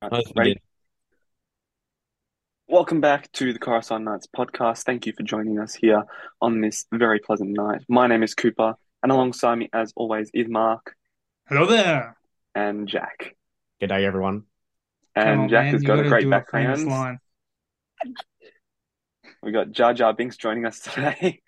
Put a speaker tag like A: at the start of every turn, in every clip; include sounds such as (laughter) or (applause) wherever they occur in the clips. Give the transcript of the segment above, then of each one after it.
A: How's it
B: Ready?
A: been?
B: Welcome back to the Chorus on Nights podcast. Thank you for joining us here on this very pleasant night. My name is Cooper, and alongside me, as always, is Mark
C: Hello there.
B: and Jack.
A: Good day, everyone.
C: Come
B: And
C: on,
B: Jack
C: man.
B: has
C: You
B: got a
C: gotta
B: great
C: do a famous
B: background.
C: line.
B: We got Jar Jar Binks joining us (laughs) today,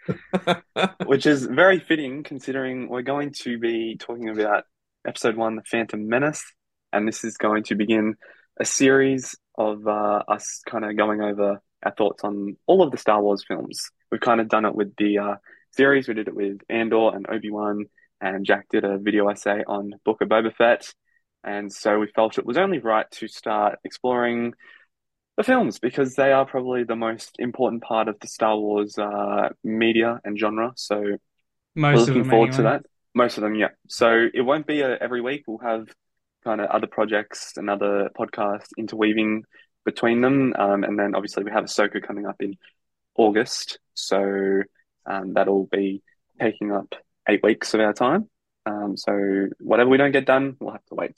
B: which is very fitting considering we're going to be talking about episode one, The Phantom Menace, and this is going to begin a series of uh, us kind of going over our thoughts on all of the Star Wars films. We've kind of done it with the uh, series, we did it with Andor and Obi-Wan, and Jack did a video essay on Book of Boba Fett, and so we felt it was only right to start exploring the films because they are probably the most important part of the Star Wars uh, media and genre. So we're
C: Most of
B: looking
C: them,
B: forward to
C: anyway.
B: that. Most of them, yeah. So it won't be a, every week. We'll have kind of other projects and other podcasts interweaving between them. Um, and then obviously we have Ahsoka coming up in August. So um, that'll be taking up eight weeks of our time. Um, so whatever we don't get done, we'll have to wait.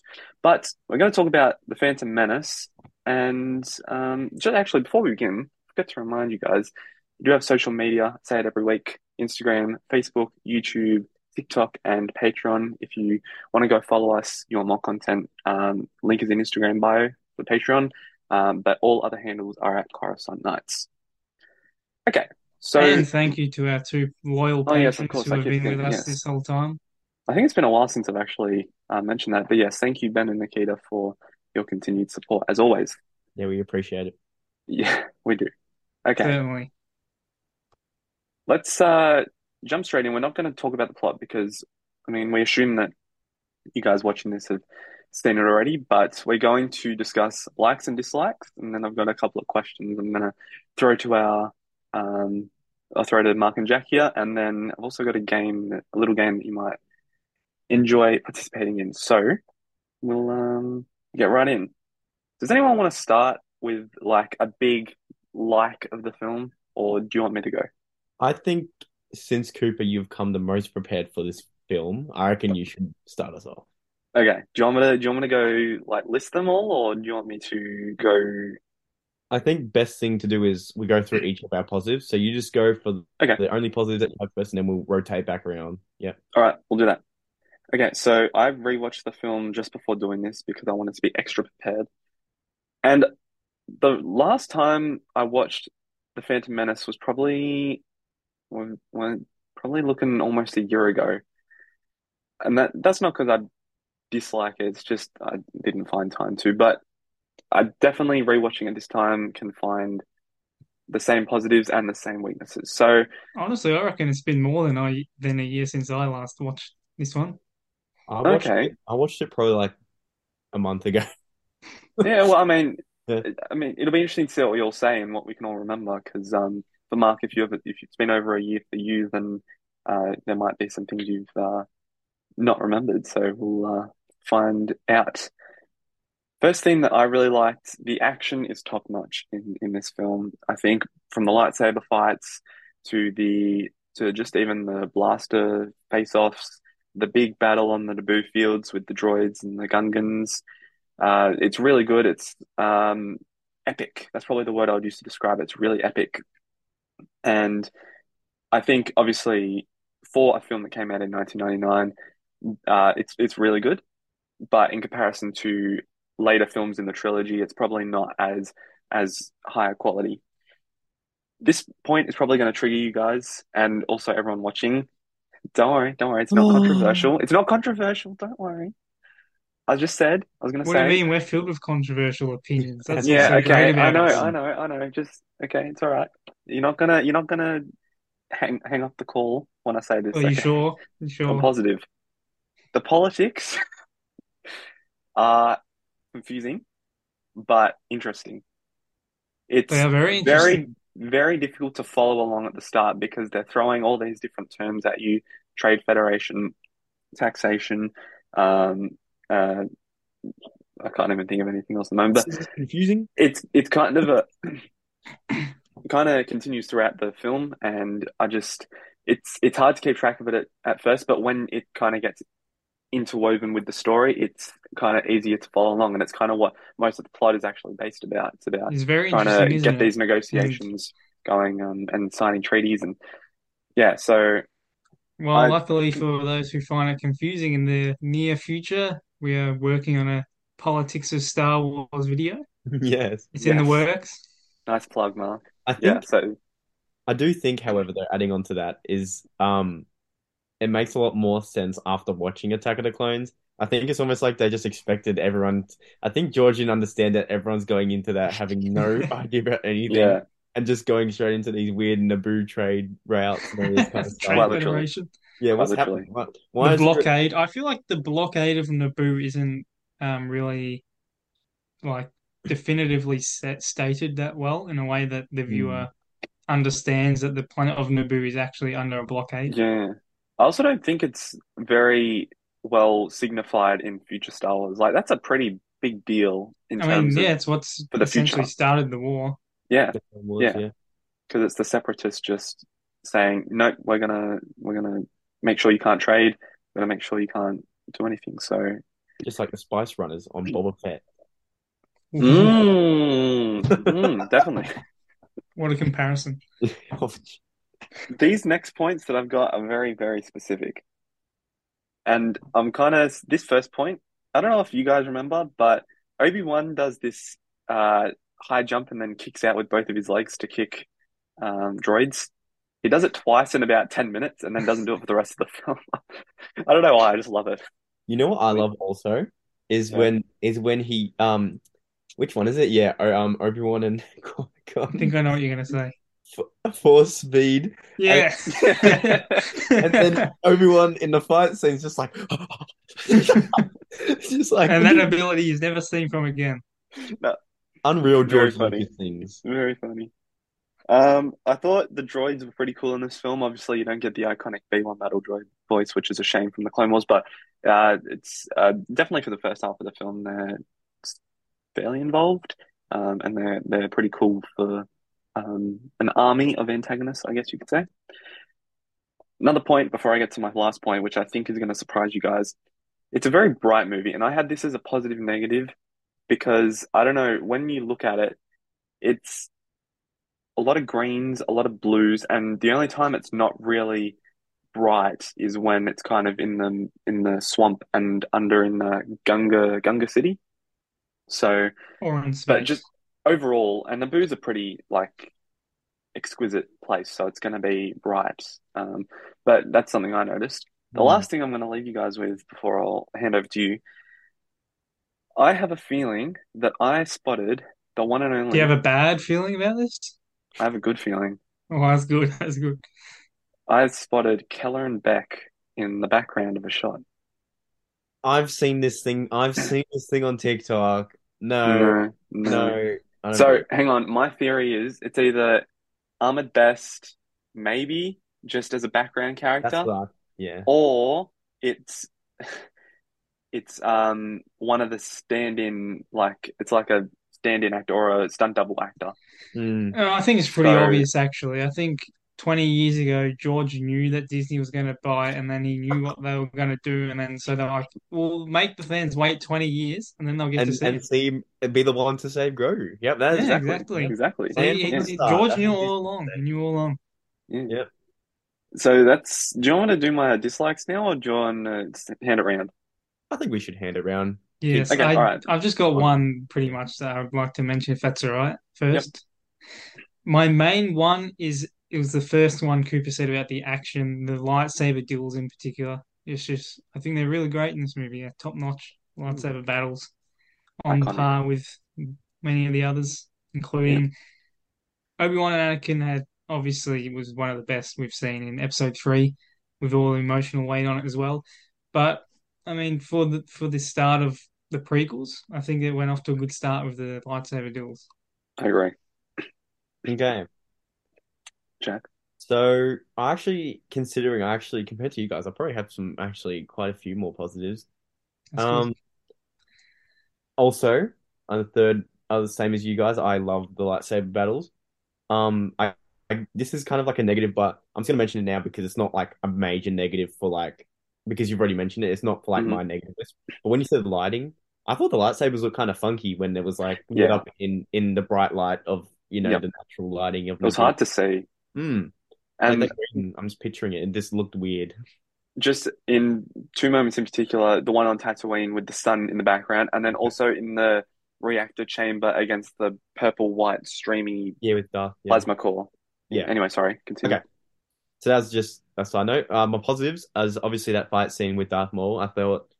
B: But we're going to talk about The Phantom Menace. And um, just actually, before we begin, I forgot to remind you guys, we do have social media, I say it every week Instagram, Facebook, YouTube, TikTok, and Patreon. If you want to go follow us, you want more content, um, link is in Instagram bio for Patreon. Um, but all other handles are at Coruscant Nights. Okay, so
C: And thank you to our two loyal
B: Oh, yes, of
C: patrons
B: course.
C: who
B: I
C: have
B: keep
C: been with
B: thinking,
C: us
B: yes.
C: this whole time.
B: I think it's been a while since I've actually uh, mentioned that. But yes, thank you, Ben and Nikita, for your continued support, as always.
A: Yeah, we appreciate it.
B: Yeah, (laughs) we do. Okay,
C: Certainly.
B: let's uh, jump straight in. We're not going to talk about the plot because, I mean, we assume that you guys watching this have seen it already, but we're going to discuss likes and dislikes. And then I've got a couple of questions I'm going to throw to our, um, I'll throw to Mark and Jack here. And then I've also got a game, that- a little game that you might enjoy participating in. So we'll um, get right in. Does anyone want to start with like a big like of the film, or do you want me to go?
A: I think since Cooper, you've come the most prepared for this film. I reckon you should start us off.
B: Okay, do you want me to do you want me to go like list them all, or do you want me to go?
A: I think best thing to do is we go through each of our positives. So you just go for
B: Okay,
A: the only positives that you have first, and then we'll rotate back around. Yeah.
B: all right, we'll do that. Okay, so I rewatched the film just before doing this because I wanted to be extra prepared. And the last time I watched The Phantom Menace was probably when, when probably looking almost a year ago, and that that's not because I dislike it. It's just I didn't find time to. But I definitely rewatching it this time can find the same positives and the same weaknesses. So
C: Honestly, I reckon it's been more than I than a year since I last watched this one.
A: I watched
B: okay,
A: it. I watched it probably like a month ago.
B: yeah. Well, I mean,
A: Yeah.
B: I mean, it'll be interesting to see what we all say and what we can all remember. Because um, for Mark, if you have if it's been over a year for you, then uh, there might be some things you've uh, not remembered. So we'll uh, find out. First thing that I really liked, the action is top notch in, in this film. I think from the lightsaber fights to the to just even the blaster face offs, the big battle on the Naboo fields with the droids and the Gungans. Uh, it's really good. It's um, epic. That's probably the word I would use to describe it. It's really epic. And I think obviously for a film that came out in 1999, uh, it's it's really good but in comparison to later films in the trilogy, it's probably not as as higher quality. This point is probably going to trigger you guys and also everyone watching. Don't worry, don't worry. It's not controversial. It's not controversial. Don't worry. I just said I was going to
C: What do you
B: say.
C: mean? We're filled with controversial opinions. That's what's
B: Yeah,
C: so great
B: okay. I
C: about
B: know,
C: us.
B: I know, I know. Just okay. It's all right. You're not gonna, you're not gonna hang hang up the call when I say
C: Are
B: this.
C: you
B: Okay,
C: sure? You
B: I'm
C: sure?
B: positive. The politics (laughs) are confusing but interesting.
C: They
B: it's
C: are very
B: very
C: interesting.
B: very difficult to follow along at the start because they're throwing all these different terms at you trade federation taxation um uh I can't even think of anything else at the moment but
A: This (laughs) is confusing. (laughs)
B: it's it's kind of a (clears throat) kind of continues throughout the film and I just it's it's hard to keep track of it at, at first but when it kind of gets interwoven with the story, it's kind of easier to follow along, and it's kind of what most of the plot is actually based about. It's about
C: It's very
B: trying
C: interesting,
B: to
C: isn't
B: get
C: it?
B: these negotiations going um, and signing treaties, and yeah, so
C: Well,
B: I-
C: luckily for those who find it confusing in the near future, we are working on a politics of Star Wars video.
A: yes.
C: It's in the
B: Yes.
C: works.
B: (laughs) nice plug, Mark.
A: I
B: Yeah,
A: think
B: so
A: I do think, however, though, adding on to that is um it makes a lot more sense after watching Attack of the Clones. I think it's almost like they just expected everyone. I think George didn't understand that everyone's going into that
B: (laughs)
A: having no idea about anything
B: yeah,
A: and just going straight into these weird Naboo trade routes and all
B: (laughs)
A: this kind of stuff.
C: Trade
B: literally.
C: Federation.
A: yeah, what's
B: Quite literally.
A: happening? Why, why
C: The
A: is there-
C: blockade. I feel like the blockade of Naboo isn't um, really like definitively set, stated that well in a way that
B: Hmm.
C: the viewer understands that the planet of Naboo is actually under a blockade.
B: yeah. I also don't think it's very well signified in future Star Wars. Like that's a pretty big deal in
C: I mean,
B: terms of
C: yeah, it's what's
B: for the
C: essentially
B: future.
C: started the war.
B: yeah.
A: was,
B: Yeah. because it's the separatists just saying, "Nope, we're gonna we're gonna make sure you can't trade. We're gonna make sure you can't do anything."
C: (laughs)
B: So,
A: Just like the Spice Runners on Boba Fett.
B: Hmm. Mm, mm, definitely,
C: (laughs) What a comparison.
B: these next points that I've got are very very specific, and I'm kind of this first point. I don't know if you guys remember, but Obi Wan does this uh, high jump and then kicks out with both of his legs to kick um, droids. He does it twice in about ten minutes, and then doesn't do it for the rest of the (laughs) film. I don't know why. I just love it.
A: You know what I love also is
B: Yeah.
A: when is when he um which one is it? Yeah, o- um Obi-Wan and (laughs)
C: I think
A: Qui-Gon
C: I know what you're
B: (laughs)
C: going to say.
A: f- force speed
C: Yeah.
B: (laughs)
A: and then Obi-Wan in the fight scene's just like (laughs) it's just like
C: (laughs) And that ability is never seen from again.
A: unreal
B: Very
A: George
B: funny.
A: Lucas things.
B: Very funny. Um, I thought the droids were pretty cool in this film. Obviously, you don't get the iconic B1 battle droid voice, which is a shame from the Clone Wars, but uh, it's uh, definitely for the first half of the film, they're fairly involved, um, and they're they're pretty cool for um, an army of antagonists, I guess you could say. Another point before I get to my last point, which I think is going to surprise you guys. It's a very bright movie, and I had this as a positive negative because I don't know, when you look at it, it's a lot of greens, a lot of blues, and the only time it's not really bright is when it's kind of in the in the swamp and under in the Gunga Gunga City. So,
C: Or in
B: but
C: space.
B: just overall, and Naboo's a pretty like exquisite place, so it's going to be bright. Um, but that's something I noticed. The
C: Hmm.
B: last thing I'm going to leave you guys with before I'll hand over to you, I have a feeling that I spotted the one and
C: Do
B: only.
C: you have a bad feeling about this?
B: I have a good feeling.
C: Oh, that's good. (laughs) That's good.
B: I spotted Keller and Beck in the background of a shot.
A: I've seen this thing I've seen this thing on TikTok. No,
B: No, no.
A: no, I don't
B: So
A: know.
B: hang on. My theory is it's either Ahmed Best, maybe just as a background
A: That's
B: character,
A: like yeah.
B: or it's it's um one of the stand-in like it's like a stand-in actor or a stunt double actor.
A: Mm.
C: Uh, I think it's pretty
B: So-
C: obvious, actually. I think 20 years ago, George knew that Disney was going to buy it, and then he knew what they were going to do. And then so they're like, we'll make the fans wait 20 years, and then they'll get to
A: And
C: see
A: and
C: it.
A: see him be the one to save Grogu. Yep, that
C: Yeah,
A: is exactly.
C: exactly.
B: Exactly.
C: So he-
A: Yeah.
C: he- George knew all along. He knew all along.
B: Yeah.
A: Yep.
B: So that's. Do you want to do my dislikes now, or do you want to hand it round?
A: I think we should hand it round.
C: Yes,
B: Okay,
C: I,
B: all right.
C: I've just got one pretty much that I'd like to mention if that's all right first. My main one is it was the first one Cooper said about the action, the lightsaber duels in particular. It's just I think they're really great in this movie. Yeah, top notch lightsaber battles on
B: Iconic.
C: par with many of the others, including Obi-Wan and Anakin had obviously was one of the best we've seen in episode three, with all the emotional weight on it as well. But I mean, for the for the start of the prequels, I think it went off to a good start with the lightsaber duels.
B: I agree,
A: Okay.
B: Jack.
A: So I actually considering I actually compared to you guys, I probably have some actually quite a few more positives.
C: That's good.
A: Um also on the third uh, the same as you guys, I love the lightsaber battles. Um I, I this is kind of like a negative, but I'm just gonna mention it now because it's not like a major negative for like because you've already mentioned it. It's not for, like
B: Mhm.
A: my negative list. But when you said lighting, I thought the lightsabers looked kind of funky when it was like lit
B: Yeah.
A: up in in the bright light of you know
B: Yep.
A: the natural lighting of
B: It was hard to see.
A: Mm.
B: And
A: like the green, I'm just picturing it, and this looked weird.
B: just in two moments in particular, the one on Tatooine with the sun in the background, and then also in the reactor chamber against the purple white streamy
A: Yeah, with Darth. Yeah.
B: plasma core.
A: Yeah.
B: Anyway, sorry, continue.
A: Okay. So that's just a side note. Uh, my positives is obviously that fight scene with Darth Maul. I thought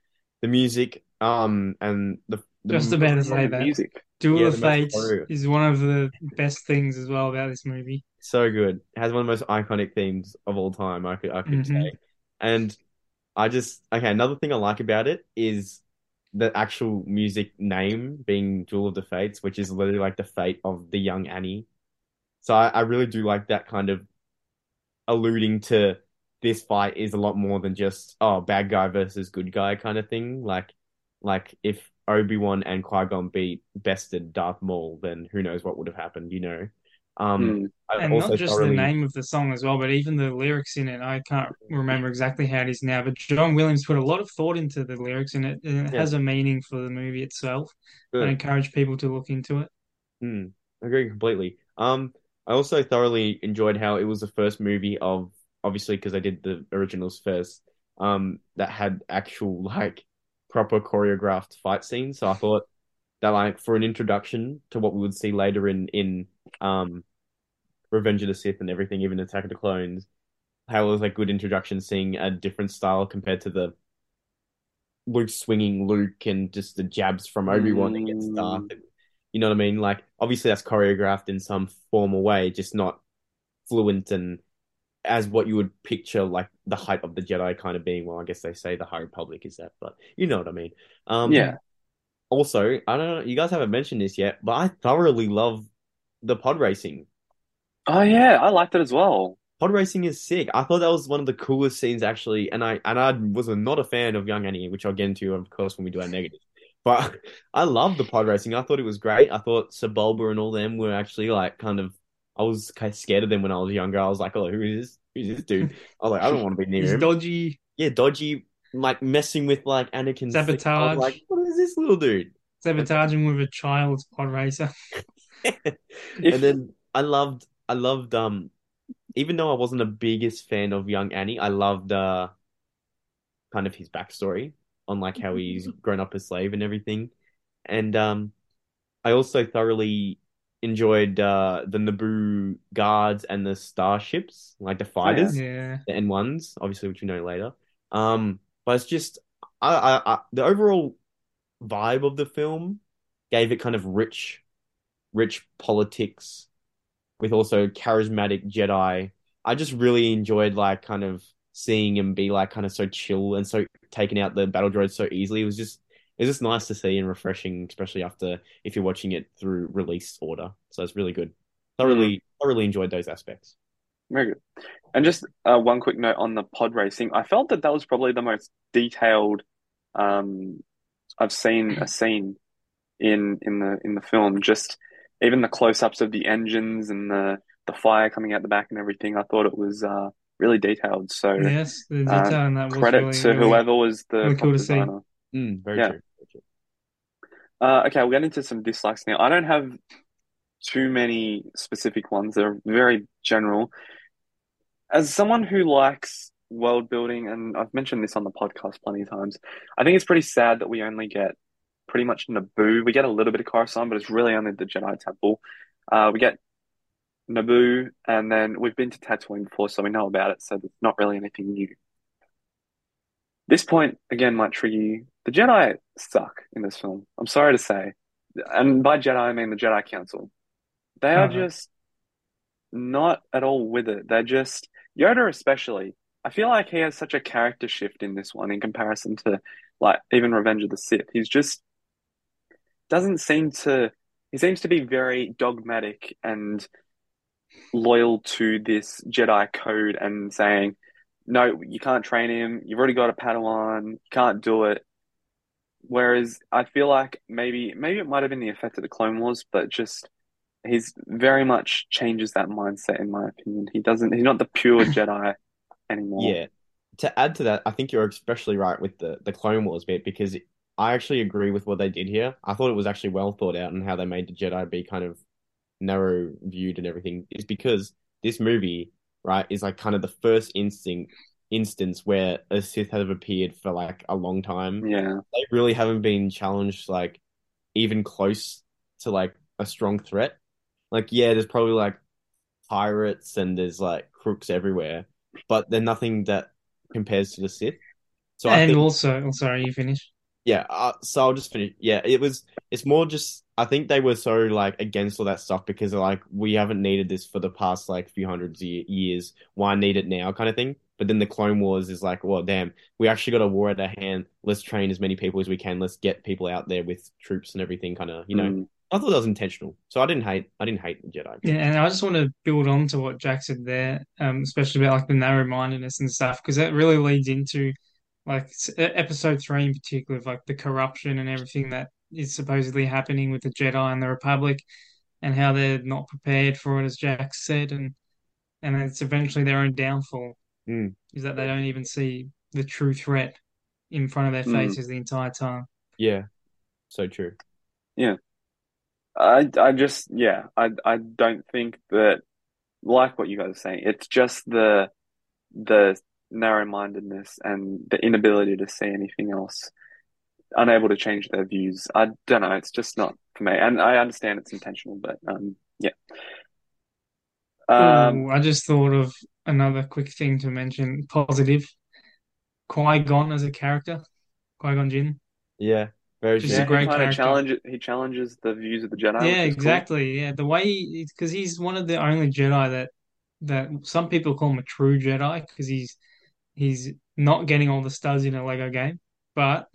A: the music, um, and the, the
C: Just about to
B: Love
C: say
B: the
C: that.
B: music.
C: Duel
A: Yeah,
C: of
A: the most
C: Fates
A: horror.
C: is one of the best things as well about this movie.
A: so good. It has one of the most iconic themes of all time. I could I could
C: Mhm.
A: say, and I just okay. Another thing I like about it is the actual music name being Jewel of the Fates, which is literally like the fate of the young Annie. So I, I really do like that kind of alluding to this fight is a lot more than just oh bad guy versus good guy kind of thing. Like like if Obi Wan and Qui Gon beat bested Darth Maul, then who knows what would have happened, you know. Um,
B: Mm.
A: I
C: And
A: also
C: not just
A: thoroughly-
C: the name of the song as well, but even the lyrics in it. I can't remember exactly how it is now, but John Williams put a lot of thought into the lyrics in it, and it
A: Yeah.
C: has a meaning for the movie itself. I
A: Good.
C: encourage people to look into it.
A: Mm, agree completely. Um, I also thoroughly enjoyed how it was the first movie of obviously because I did the originals first, um, that had actual (laughs) like proper choreographed fight scenes. So I thought that like for an introduction to what we would see later in in um Revenge of the Sith and everything, even Attack of the Clones, how it was like good introduction seeing a different style compared to the Luke swinging Luke and just the jabs from Obi-Wan against Darth.
B: Mm.
A: You know what I mean? Like obviously that's choreographed in some formal way, just not fluent and as what you would picture like the height of the Jedi kind of being. Well, I guess they say the High Republic is that, but you know what I mean. Um
B: Yeah.
A: also, I don't know, you guys haven't mentioned this yet, but I thoroughly love the pod racing.
B: Oh yeah, I liked it as well.
A: Pod racing is sick. I thought that was one of the coolest scenes actually, and I and I was not a fan of Young Annie, which I'll get into of course when we do our negatives. But (laughs) I love the pod racing. I thought it was great. I thought Sebulba and all them were actually like kind of. I was kind of scared of them when I was younger. I was like, oh, who is this? Who's this
C: (laughs)
A: dude? I was like, I don't want to be near
C: He's
A: him.
C: dodgy.
A: yeah, dodgy, like messing with like Anakin's thing. I was
C: Sabotage.
A: like, what is this little dude?
C: sabotaging with a child's pod racer.
B: If-
A: and then I loved, I loved, um, even though I wasn't the biggest fan of young Annie, I loved, uh, kind of his backstory on like how he's grown up a slave and everything. And, um, I also thoroughly enjoyed, uh, the Naboo guards and the starships, like the fighters
C: Yeah.
A: the N ones, obviously, which we know later. Um, but it's just I, I, I the overall vibe of the film gave it kind of rich, rich politics with also charismatic Jedi. I just really enjoyed like kind of seeing him be like kind of so chill and so taking out the battle droids so easily. It was just it was just nice to see and refreshing, especially after if you're watching it through release order. So it's really good. Thoroughly, thoroughly enjoyed those aspects.
B: Very good. And just uh, one quick note on the pod racing. I felt that that was probably the most detailed um, I've seen a scene in in the in the film. Just even the close-ups of the engines and the the fire coming out the back and everything. I thought it was uh, really detailed. So
C: Yes, the
B: Uh,
C: detail in that was
B: credit
C: really,
B: to
C: really-
B: whoever was the
C: really
B: prop
C: cool to see.
B: designer.
A: Mm, very
B: Yeah.
A: true. Very true.
B: Uh, okay, we'll get into some dislikes now. I don't have too many specific ones. They're very general. As someone who likes world building, and I've mentioned this on the podcast plenty of times, I think it's pretty sad that we only get pretty much Naboo. We get a little bit of Coruscant, but it's really only the Jedi Temple. Uh, we get Naboo, and then we've been to Tatooine before, so we know about it, so there's not really anything new. This point, again, might trigger you. The Jedi suck in this film. I'm sorry to say. And by Jedi, I mean the Jedi Council. They are
C: Uh-huh.
B: just not at all with it. They're just, Yoda especially. I feel like he has such a character shift in this one in comparison to, like, even Revenge of the Sith. He's just doesn't seem to, he seems to be very dogmatic and loyal to this Jedi code and saying, no, you can't train him. You've already got a Padawan. You can't do it. Whereas I feel like maybe maybe it might have been the effect of the Clone Wars, but just he's very
A: (clears throat)
B: much changes that mindset in my opinion. He doesn't. He's not the pure Jedi anymore.
A: Yeah, to add to that, I think you're especially right with the the Clone Wars bit because I actually agree with what they did here. I thought it was actually well thought out and how they made the Jedi be kind of narrow viewed and everything is because this movie, right, is like kind of the first instinct instance where a Sith have appeared for like a long time.
B: Yeah,
A: They really haven't been challenged like even close to like a strong threat. Like yeah, there's probably like pirates and there's like crooks everywhere, but they're nothing that compares to the Sith. So I
C: and
A: think
C: also, oh, sorry, you finish.
A: yeah, uh, so I'll just finish. Yeah, it was. It's more just. I think they were so like against all that stuff because they're like we haven't needed this for the past like few hundreds of ye- years. Why need it now, kind of thing. But then the Clone Wars is like, well, damn, we actually got a war at our hand. Let's train as many people as we can. Let's get people out there with troops and everything, kind of, you know.
B: Mm.
A: I thought that was intentional, so I didn't hate. I didn't hate the Jedi.
C: Yeah, and I just want to build on to what Jack said there, um, especially about like the narrow-mindedness and stuff, because that really leads into like s- e- episode three in particular, of like the corruption and everything that is supposedly happening with the Jedi and the Republic, and how they're not prepared for it, as Jack said, and and it's eventually their own downfall
A: Mm.
C: is that they don't even see the true threat in front of their
B: Mm.
C: faces the entire time.
A: Yeah, so true.
B: I I just yeah I I don't think that like what you guys are saying. It's just the the narrow-mindedness and the inability to see anything else, unable to change their views. I don't know. It's just not for me, and I understand it's intentional, but um yeah. Um
C: Oh, I just thought of another quick thing to mention, positive. Qui-Gon as a character, Qui-Gon Jinn.
A: Yeah, very
C: Just
A: true.
B: yeah,
C: a
B: he
C: great
B: kind of
C: character.
B: challenges he challenges the views of the Jedi,
C: Yeah,
B: which is cool.
C: exactly. Yeah, the way he, because he's one of the only Jedi that that some people call him a true Jedi because he's he's not getting all the studs in a Lego game, but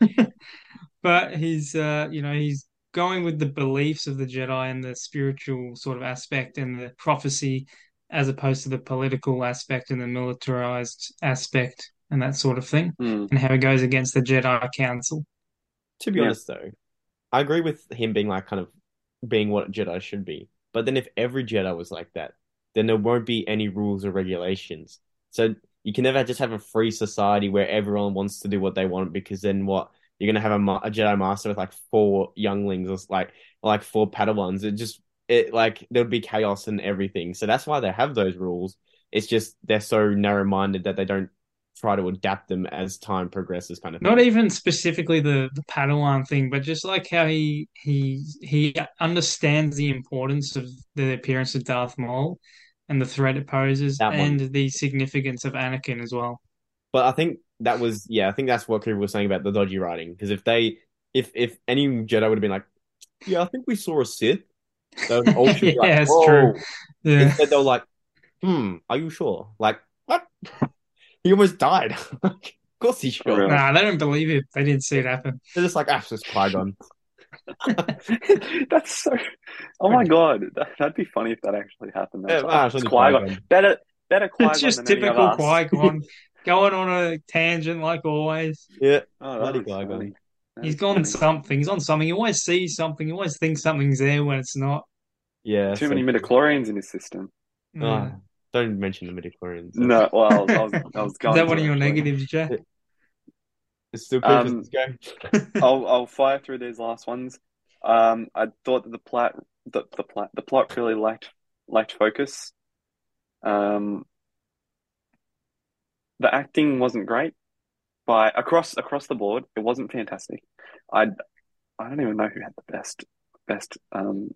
B: (laughs)
C: but he's uh you know he's going with the beliefs of the Jedi and the spiritual sort of aspect and the prophecy as opposed to the political aspect and the militarized aspect and that sort of thing
B: Mm,
C: and how he goes against the Jedi Council.
A: To be
B: yeah.
A: honest, though, I agree with him being like kind of being what Jedi should be. But then if every Jedi was like that, then there won't be any rules or regulations. So you can never just have a free society where everyone wants to do what they want because then what? You're gonna have a, ma- a Jedi Master with like four younglings or like like four Padawans. It just it like there'd be chaos and everything. So that's why they have those rules. It's just they're so narrow-minded that they don't try to adapt them as time progresses, kind of
C: Not
A: thing.
C: even specifically the the Padawan thing, but just like how he he he understands the importance of the appearance of Darth Maul and the threat it poses
A: That one.
C: and the significance of Anakin as well.
A: But I think that was yeah, I think that's what Cooper was saying about the dodgy writing. Because if they if if any Jedi would have been like, Yeah, I think we saw a Sith, they would all
C: (laughs)
A: should be like,
C: Yeah, it's true.
A: Whoa.
C: Yeah.
A: Instead they were like, Hmm, are you sure? Like, what? (laughs) He almost died. (laughs) Of course he's
B: Oh,
A: sure.
B: really?
C: Nah, they don't believe it. They didn't see it happen.
A: They're just like, ah, it's just Qui-Gon.
B: (laughs) That's so. Oh my God, that, that'd be funny if that actually happened. That's
A: Yeah,
B: like,
A: ah,
B: oh, (laughs)
A: it's
B: it's
A: only
B: Qui-Gon.
A: Qui-Gon.
B: Better, better
C: It's
B: Qui-Gon
C: just
B: than any of
C: typical
B: us. (laughs)
C: Qui-Gon going on a tangent like always.
A: Yeah,
B: Oh, that
A: bloody
B: is
A: Qui-Gon.
B: funny. That
C: He's
B: is
C: gone
B: funny.
C: something. He's on something. He always sees something. He always thinks something's there when it's not.
A: Yeah,
B: Too
A: so
B: many
A: true.
B: midichlorians in his system.
C: Yeah.
A: Ah, don't mention the midichlorians. That's
B: No, well, I was, I was, I was
C: (laughs) Is that
B: going
C: one
B: to
C: of your
B: actually.
C: negatives, Jack?
A: it's still Cooper's
B: Um,
A: go.
B: I'll, I'll fire through these last ones. Um, I thought that the plot, the, the plot, the plot really lacked, lacked focus. Um, the acting wasn't great by across across the board. It wasn't fantastic. I I don't even know who had the best best um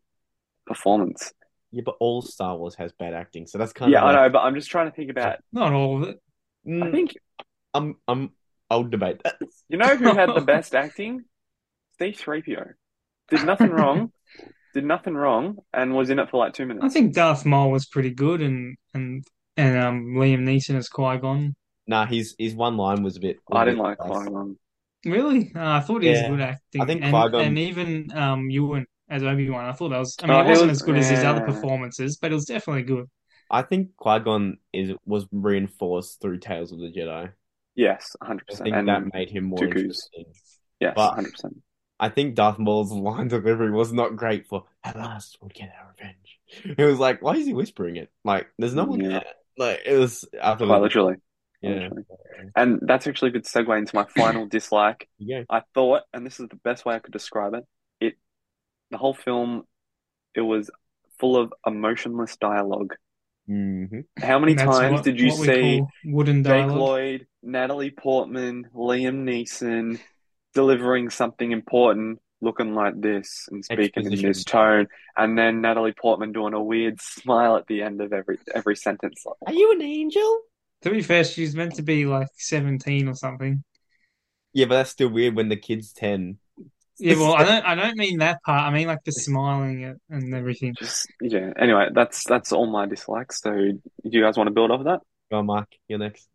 B: performance.
A: Yeah, but all Star Wars has bad acting, so that's kind
B: Yeah,
A: of
B: I
A: like
B: know, but I'm just trying to think about.
C: Not all of it.
B: I
A: mm,
B: think
A: I'm I'm I'll debate that.
B: you know who had
A: (laughs)
B: the best acting? C-3PO. Did nothing wrong. Did nothing wrong, and was in it for like two
C: I
B: minutes.
C: think Darth Maul was pretty good, and and and um, Liam Neeson as Qui-Gon.
A: Nah, his his one line was a bit was
B: I
A: a
B: didn't
A: bit
B: like
A: sus.
B: Qui-Gon.
C: Really, uh, I thought he was
A: Yeah,
C: good
A: I
C: acting,
A: think
C: and and
A: Qui-Gon.
C: even um, Ewan as Obi-Wan. I thought that was. I mean,
B: Oh,
C: it
B: he
C: wasn't
B: was.
C: as good as his other
B: Yeah,
C: performances, but it was definitely good.
A: I think Qui-Gon is was reinforced through Tales of the Jedi.
B: yes, 100%.
A: I think that
B: And
A: made him more
B: Dooku's.
A: interesting.
B: Yes,
A: But
B: 100%.
A: I think Darth Maul's (laughs) line delivery was not great for "At last we'll get our revenge." It was like, why is he whispering it? Like, there's no one
B: Yeah,
A: there. Like, it was. I thought it
B: quite
A: was.
B: literally.
A: Yeah.
B: And that's actually a good segue into my
A: (laughs)
B: final dislike.
A: Yeah.
B: I thought, and this is the best way I could describe it, it the whole film it was full of emotionless dialogue.
A: Mm-hmm.
B: How many
C: That's
B: times
C: what-
B: did you
C: what we
B: see
C: call wooden
B: Jake
C: dialogue?
B: Lloyd, Natalie Portman, Liam Neeson delivering something important, looking like this and speaking in
A: Exposition.
B: this tone, and then Natalie Portman doing a weird smile at the end of every every sentence. Like,
A: Are you an angel?
C: To be fair, she's meant to be like 17 or something.
A: Yeah, but that's still weird when the kid's 10.
C: Yeah,
A: (laughs)
C: well, I don't I don't mean that part. I mean like the smiling and- and everything.
B: just yeah. Anyway, that's that's all my dislikes. So, do you guys want to build off of that?
A: Go on, Mark, you're next.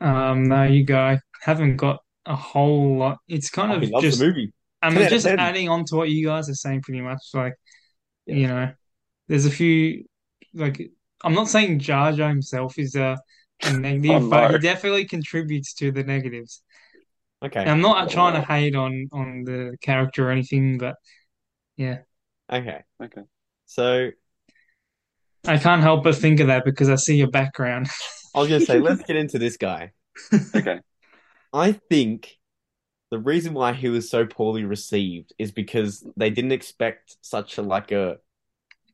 C: Um, no, you go. I haven't got a whole lot. It's kind
A: Oh,
C: of
A: he loves
C: just
A: the movie.
C: I
A: 10 out
C: mean
A: of
C: just
A: 10.
C: adding on to what you guys are saying pretty much like
A: Yeah.
C: you know, there's a few like I'm not saying Jar Jar himself is a,
A: (laughs)
C: a negative,
B: Oh,
C: but
B: no.
C: he definitely contributes to the negatives.
A: Okay.
C: I'm not trying to hate on on the character or anything, but
A: Okay.
B: Okay.
A: So
C: I can't help but think of that because I see your background.
A: I was gonna say, let's get into this guy.
B: Okay.
A: I think the reason why he was so poorly received is because they didn't expect such a like a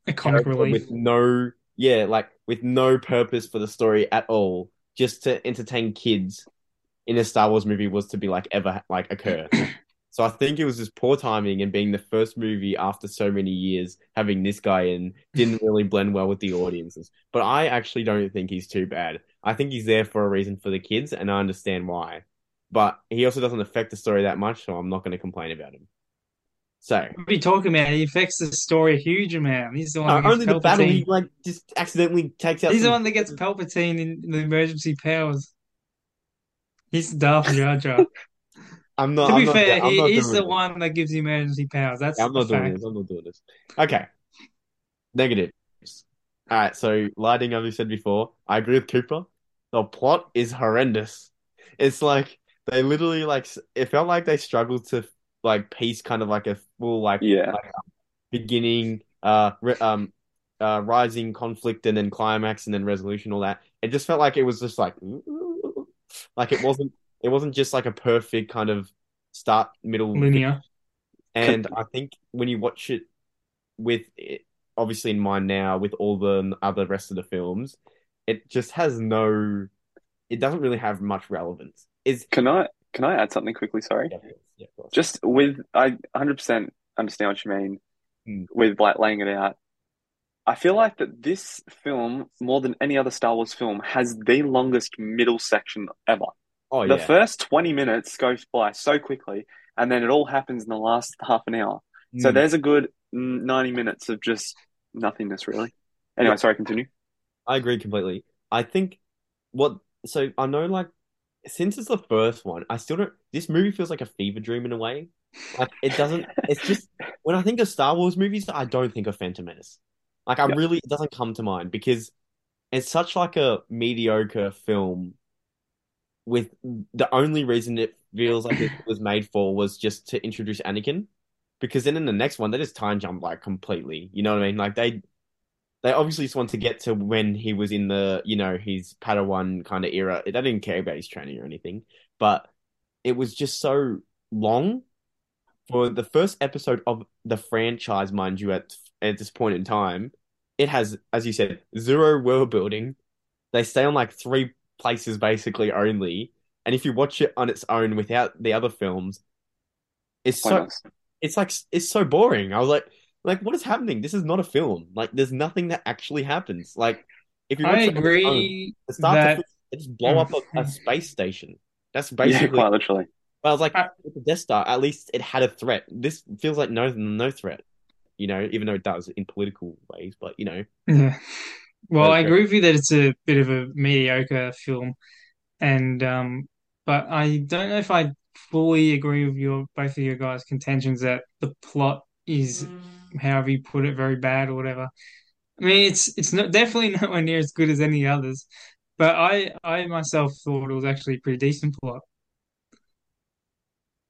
C: A comic
A: character
C: relief.
A: with no yeah, like with no purpose for the story at all, just to entertain kids in a Star Wars movie was to be like ever like
C: (clears throat)
A: occur. so I think it was just poor timing and being the first movie after so many years having this guy in
C: (laughs)
A: didn't really blend well with the audiences. But I actually don't think he's too bad. I think he's there for a reason for the kids and I understand why. But he also doesn't affect the story that much, so I'm not going to complain about him. So
C: What are you talking about? He affects the story a huge amount. He's the one
A: uh,
C: that gets
A: only the battle he
C: Palpatine.
A: like just accidentally takes out
C: He's the
A: some-
C: one that gets Palpatine in the emergency powers.
A: (laughs)
C: He's Darth Jar Jar.
A: I'm not.
C: to
A: I'm
C: be
A: not-
C: fair,
A: I'm
C: he,
A: not
C: he's
A: doing
C: the
A: this.
C: one that gives the emergency powers. That's
A: Yeah, I'm
C: the
A: not doing
C: fact.
A: this. I'm not doing this. Okay. Negatives. All right. So, lighting, as we said before, I agree with Cooper. The plot is horrendous. It's like they literally like s- it felt like they struggled to like piece kind of like a full like
B: Yeah.
A: beginning, uh, re- um, uh, rising conflict and then climax and then resolution, all that. It just felt like it was just like, like it wasn't. It wasn't just like a perfect kind of start, middle,
C: Linear.
A: and I think when you watch it with it, obviously in mind now with all the other rest of the films, it just has no, it doesn't really have much relevance. Is
B: Can I can I add something quickly? Sorry.
A: yeah, yeah, of course.
B: Just with, I 100% understand what you mean
A: Hmm.
B: with like laying it out. I feel like that this film, more than any other Star Wars film, has the longest middle section ever.
A: oh
B: The
A: yeah,
B: first 20 minutes goes by so quickly, and then it all happens in the last half an hour. So
A: Hmm.
B: there's a good mm, 90 minutes of just nothingness, really. Anyway, sorry, continue.
A: I agree completely. I think what so I know like since it's the first one, I still don't. This movie feels like a fever dream in a way. Like it doesn't. It's just when I think of Star Wars movies, I don't think of Phantom Menace. Like I
B: Yeah.
A: really, it doesn't come to mind because it's such like a mediocre film. With the only reason it feels like it was made for was just to introduce Anakin, because then in the next one they just time jump like completely. You know what I mean? Like they they obviously just want to get to when he was in the, you know, his Padawan kind of era. They didn't care about his training or anything, but it was just so long for the first episode of the franchise, mind you, at at this point in time. It has, as you said, zero world building. They stay on like three places basically only, and if you watch it on its own without the other films, it's so
B: Pointless.
A: it's like it's so boring. I was like, like what is happening? This is not a film. Like there's nothing that actually happens. Like if you
C: I
A: watch it on its own,
C: agree
A: the start to
C: that-
A: finish, they just blow up a, a
C: (laughs)
A: space station. That's
B: Yeah,
A: basically.
B: quite literally.
A: but I was like,
C: I-
A: with the Death Star, at least it had a threat. This feels like no, no threat. You know, even though it does in political ways, but you know,
C: Yeah. Well, I
A: Okay.
C: agree with you that it's a bit of a mediocre film, and um, but I don't know if I fully agree with your both of your guys' contentions that the plot is, however you put it, very bad or whatever. I mean, it's it's not definitely (laughs) nowhere near as good as any others, but I I myself thought it was actually a pretty decent plot.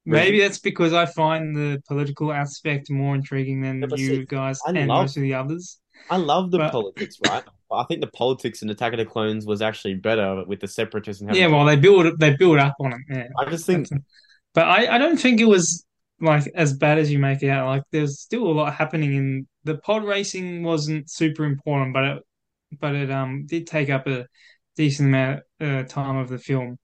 A: Really?
C: Maybe that's because I find the political aspect more intriguing than
A: Yeah, but see,
C: you guys
A: I
C: and
A: love-
C: most of the others.
A: I love the
C: But-
A: politics,
C: (laughs)
A: right? But I think the politics in Attack of the Clones was actually better with the separatists and having.
C: Yeah, well, they build they build up on it. Yeah,
A: I just think
C: but I, I don't think it was like as bad as you make it out. Like there's still a lot happening in the pod racing wasn't super important, but it but it um did take up a decent amount uh, time of the film.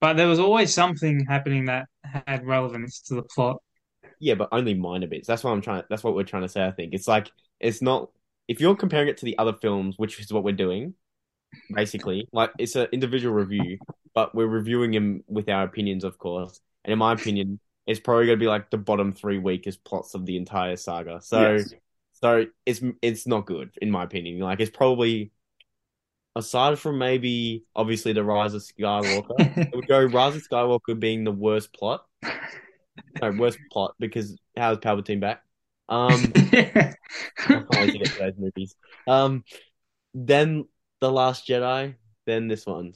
C: But there was always something happening that had relevance to the plot. (laughs)
A: Yeah, but only minor bits. That's what I'm trying. That's what we're trying to say. I think it's like it's not. If you're comparing it to the other films, which is what we're doing, basically, like it's an individual review, but we're reviewing them with our opinions, of course. And in my opinion, it's probably going to be like the bottom three weakest plots of the entire saga. So,
C: (laughs)
B: Yes.
A: so it's it's not good in my opinion. Like it's probably aside from maybe obviously the rise of Skywalker. It would go Rise of Skywalker being the worst plot. No, worst plot because how is Palpatine back?
C: (laughs)
A: Um, I can't wait to get to those movies. Um, then the Last Jedi, then this one.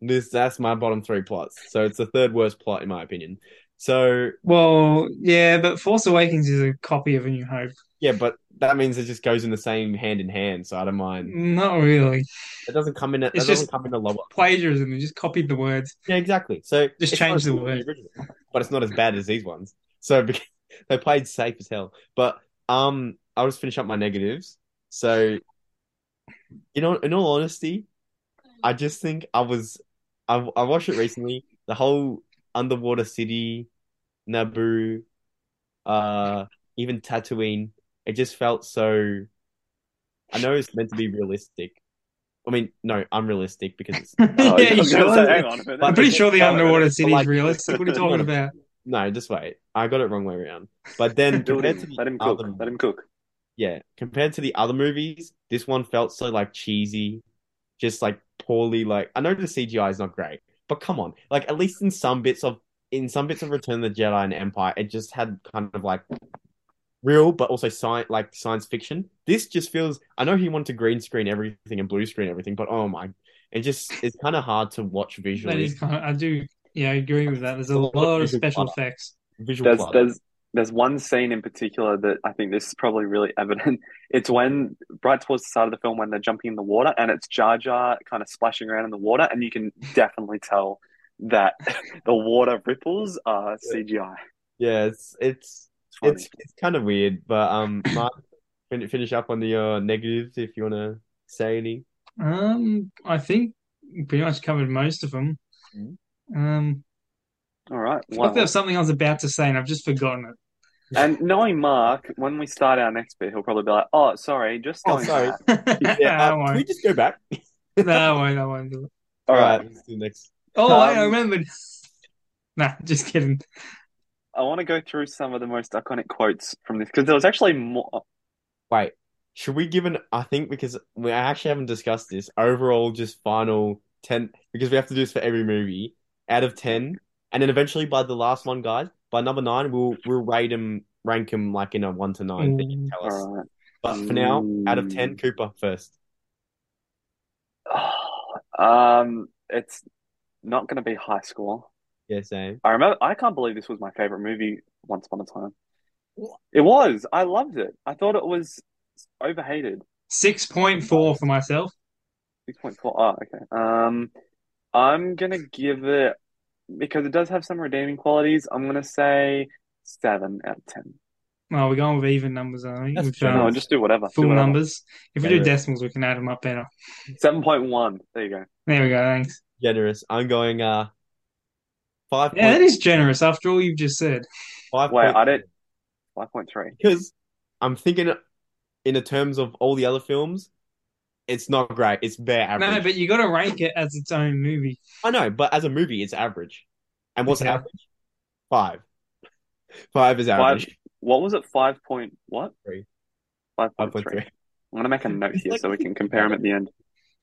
A: This that's my bottom three plots. So it's the third worst plot in my opinion. So
C: well, yeah, but Force Awakens is a copy of A New Hope.
A: yeah, but that means it just goes in the same hand in hand. So I don't mind.
C: Not really
A: It doesn't come in. It
C: It's
A: doesn't
C: just-
A: come in a lower.
C: plagiarism. They just copied the words.
A: Yeah, exactly. So
C: Just
A: it's not
C: change
A: as
C: the
A: good as
C: word.
A: original, but it's not as bad as these ones. So because (laughs) they played safe as hell. But um, I'll just finish up my negatives. So, you know, in all honesty, I just think I was, I I watched it recently. The whole underwater city, Naboo, uh, even Tatooine. It just felt so. I know it's meant to be realistic. I mean, no, unrealistic because it's
B: Oh,
C: (laughs) Yeah,
B: I
C: you
B: was gonna
C: sure?
B: say, (laughs) hang on a minute.
C: I'm pretty sure the
B: Hang on a
C: underwater
B: minute.
C: city
A: like-
C: is realistic. What are you talking about?
A: No, just wait. I got it wrong way around. But then
B: Build
A: (laughs) compared to
B: him.
A: the
B: Let him cook.
A: other,
B: Let him cook.
A: yeah, compared to the other movies, this one felt so like cheesy, just like poorly. Like I know the CGI is not great, but come on, like at least in some bits of in some bits of Return of the Jedi and Empire, it just had kind of like real, but also science like science fiction. This just feels. I know he wanted to green screen everything and blue screen everything, but oh my, it just it's kind of hard to watch
C: That
A: visually.
C: is kind of, I do, yeah, I agree with that. There's a lot of special effects.
A: Visual
B: There's
A: clutter.
B: there's there's one scene in particular that I think this is probably really (laughs) evident. It's when right towards the start of the film when they're jumping in the water and it's Jar Jar kind of splashing around in the water and you
A: (laughs)
B: can definitely tell that (laughs) the water ripples are CGI.
A: Yeah, it's it's
B: funny.
A: it's it's kind of weird, but
B: (coughs)
A: um, Mark, fin- finish up on the uh, negatives if you want to
B: (laughs)
A: say any.
C: Um, I think we pretty much covered most of them.
A: Mhm.
C: Um,
B: All right.
C: I
B: wow.
C: thought there was something I was about to say and I've just forgotten it.
B: And knowing Mark, when we start our next bit, he'll probably be like, "Oh, sorry, just
A: Oh,
B: going
A: sorry.
B: back."
C: (laughs)
A: Yeah,
C: I
A: uh, can we (laughs)
C: won't.
A: just go back?
C: No, I won't. I won't do it.
B: All right.
A: let's do next.
C: Oh, wait, I
B: Um,
C: remembered. (laughs) Nah, just kidding.
B: I want to go through some of the most iconic quotes from this because there was actually more.
A: Wait, should we give an? I think because we actually haven't discussed this overall, just final ten because we have to do this for every movie out of ten, and then eventually by the last one, guys, by number nine, we'll we'll rate him, rank him like in a one to nine thing and tell us.
B: Mm. All right. Mm.
A: But for now, out of ten, Cooper first.
B: (sighs) Um, it's not going to be high score.
A: Yeah, same.
B: I remember. I can't believe this was my favorite movie once upon a time. It was. I loved it. I thought it was overhated.
C: 6.4 for myself.
B: Six point four. Oh, okay. Um, I'm gonna give it because it does have some redeeming qualities. I'm gonna say seven out of ten.
C: No, Oh, we're going with even numbers, I think.
A: That's
C: We've
A: fair
C: done
A: enough.
B: No, just do whatever. Do
C: full
B: whatever.
C: numbers. If we
A: Yeah,
C: do
A: yeah.
C: decimals, we can add them up better.
B: Seven point one. There you go.
C: There we go. Thanks.
A: generous. I'm going uh five
C: Yeah, that
A: point
C: is generous after all you've just said.
A: five
B: Wait,
A: point-
B: I don't- Five point three.
A: (laughs) because I'm thinking in the terms of all the other films, it's not great. It's bare average.
C: No, but you got to rank it as its own movie.
A: I know, but as a movie, it's average. And what's
C: Yeah.
A: average? Five. Five is average.
B: What was it? Five point what?
A: Three.
B: Five
A: Five
B: point
A: point
B: three.
A: three.
B: I'm gonna make a note here so we can compare them at the end.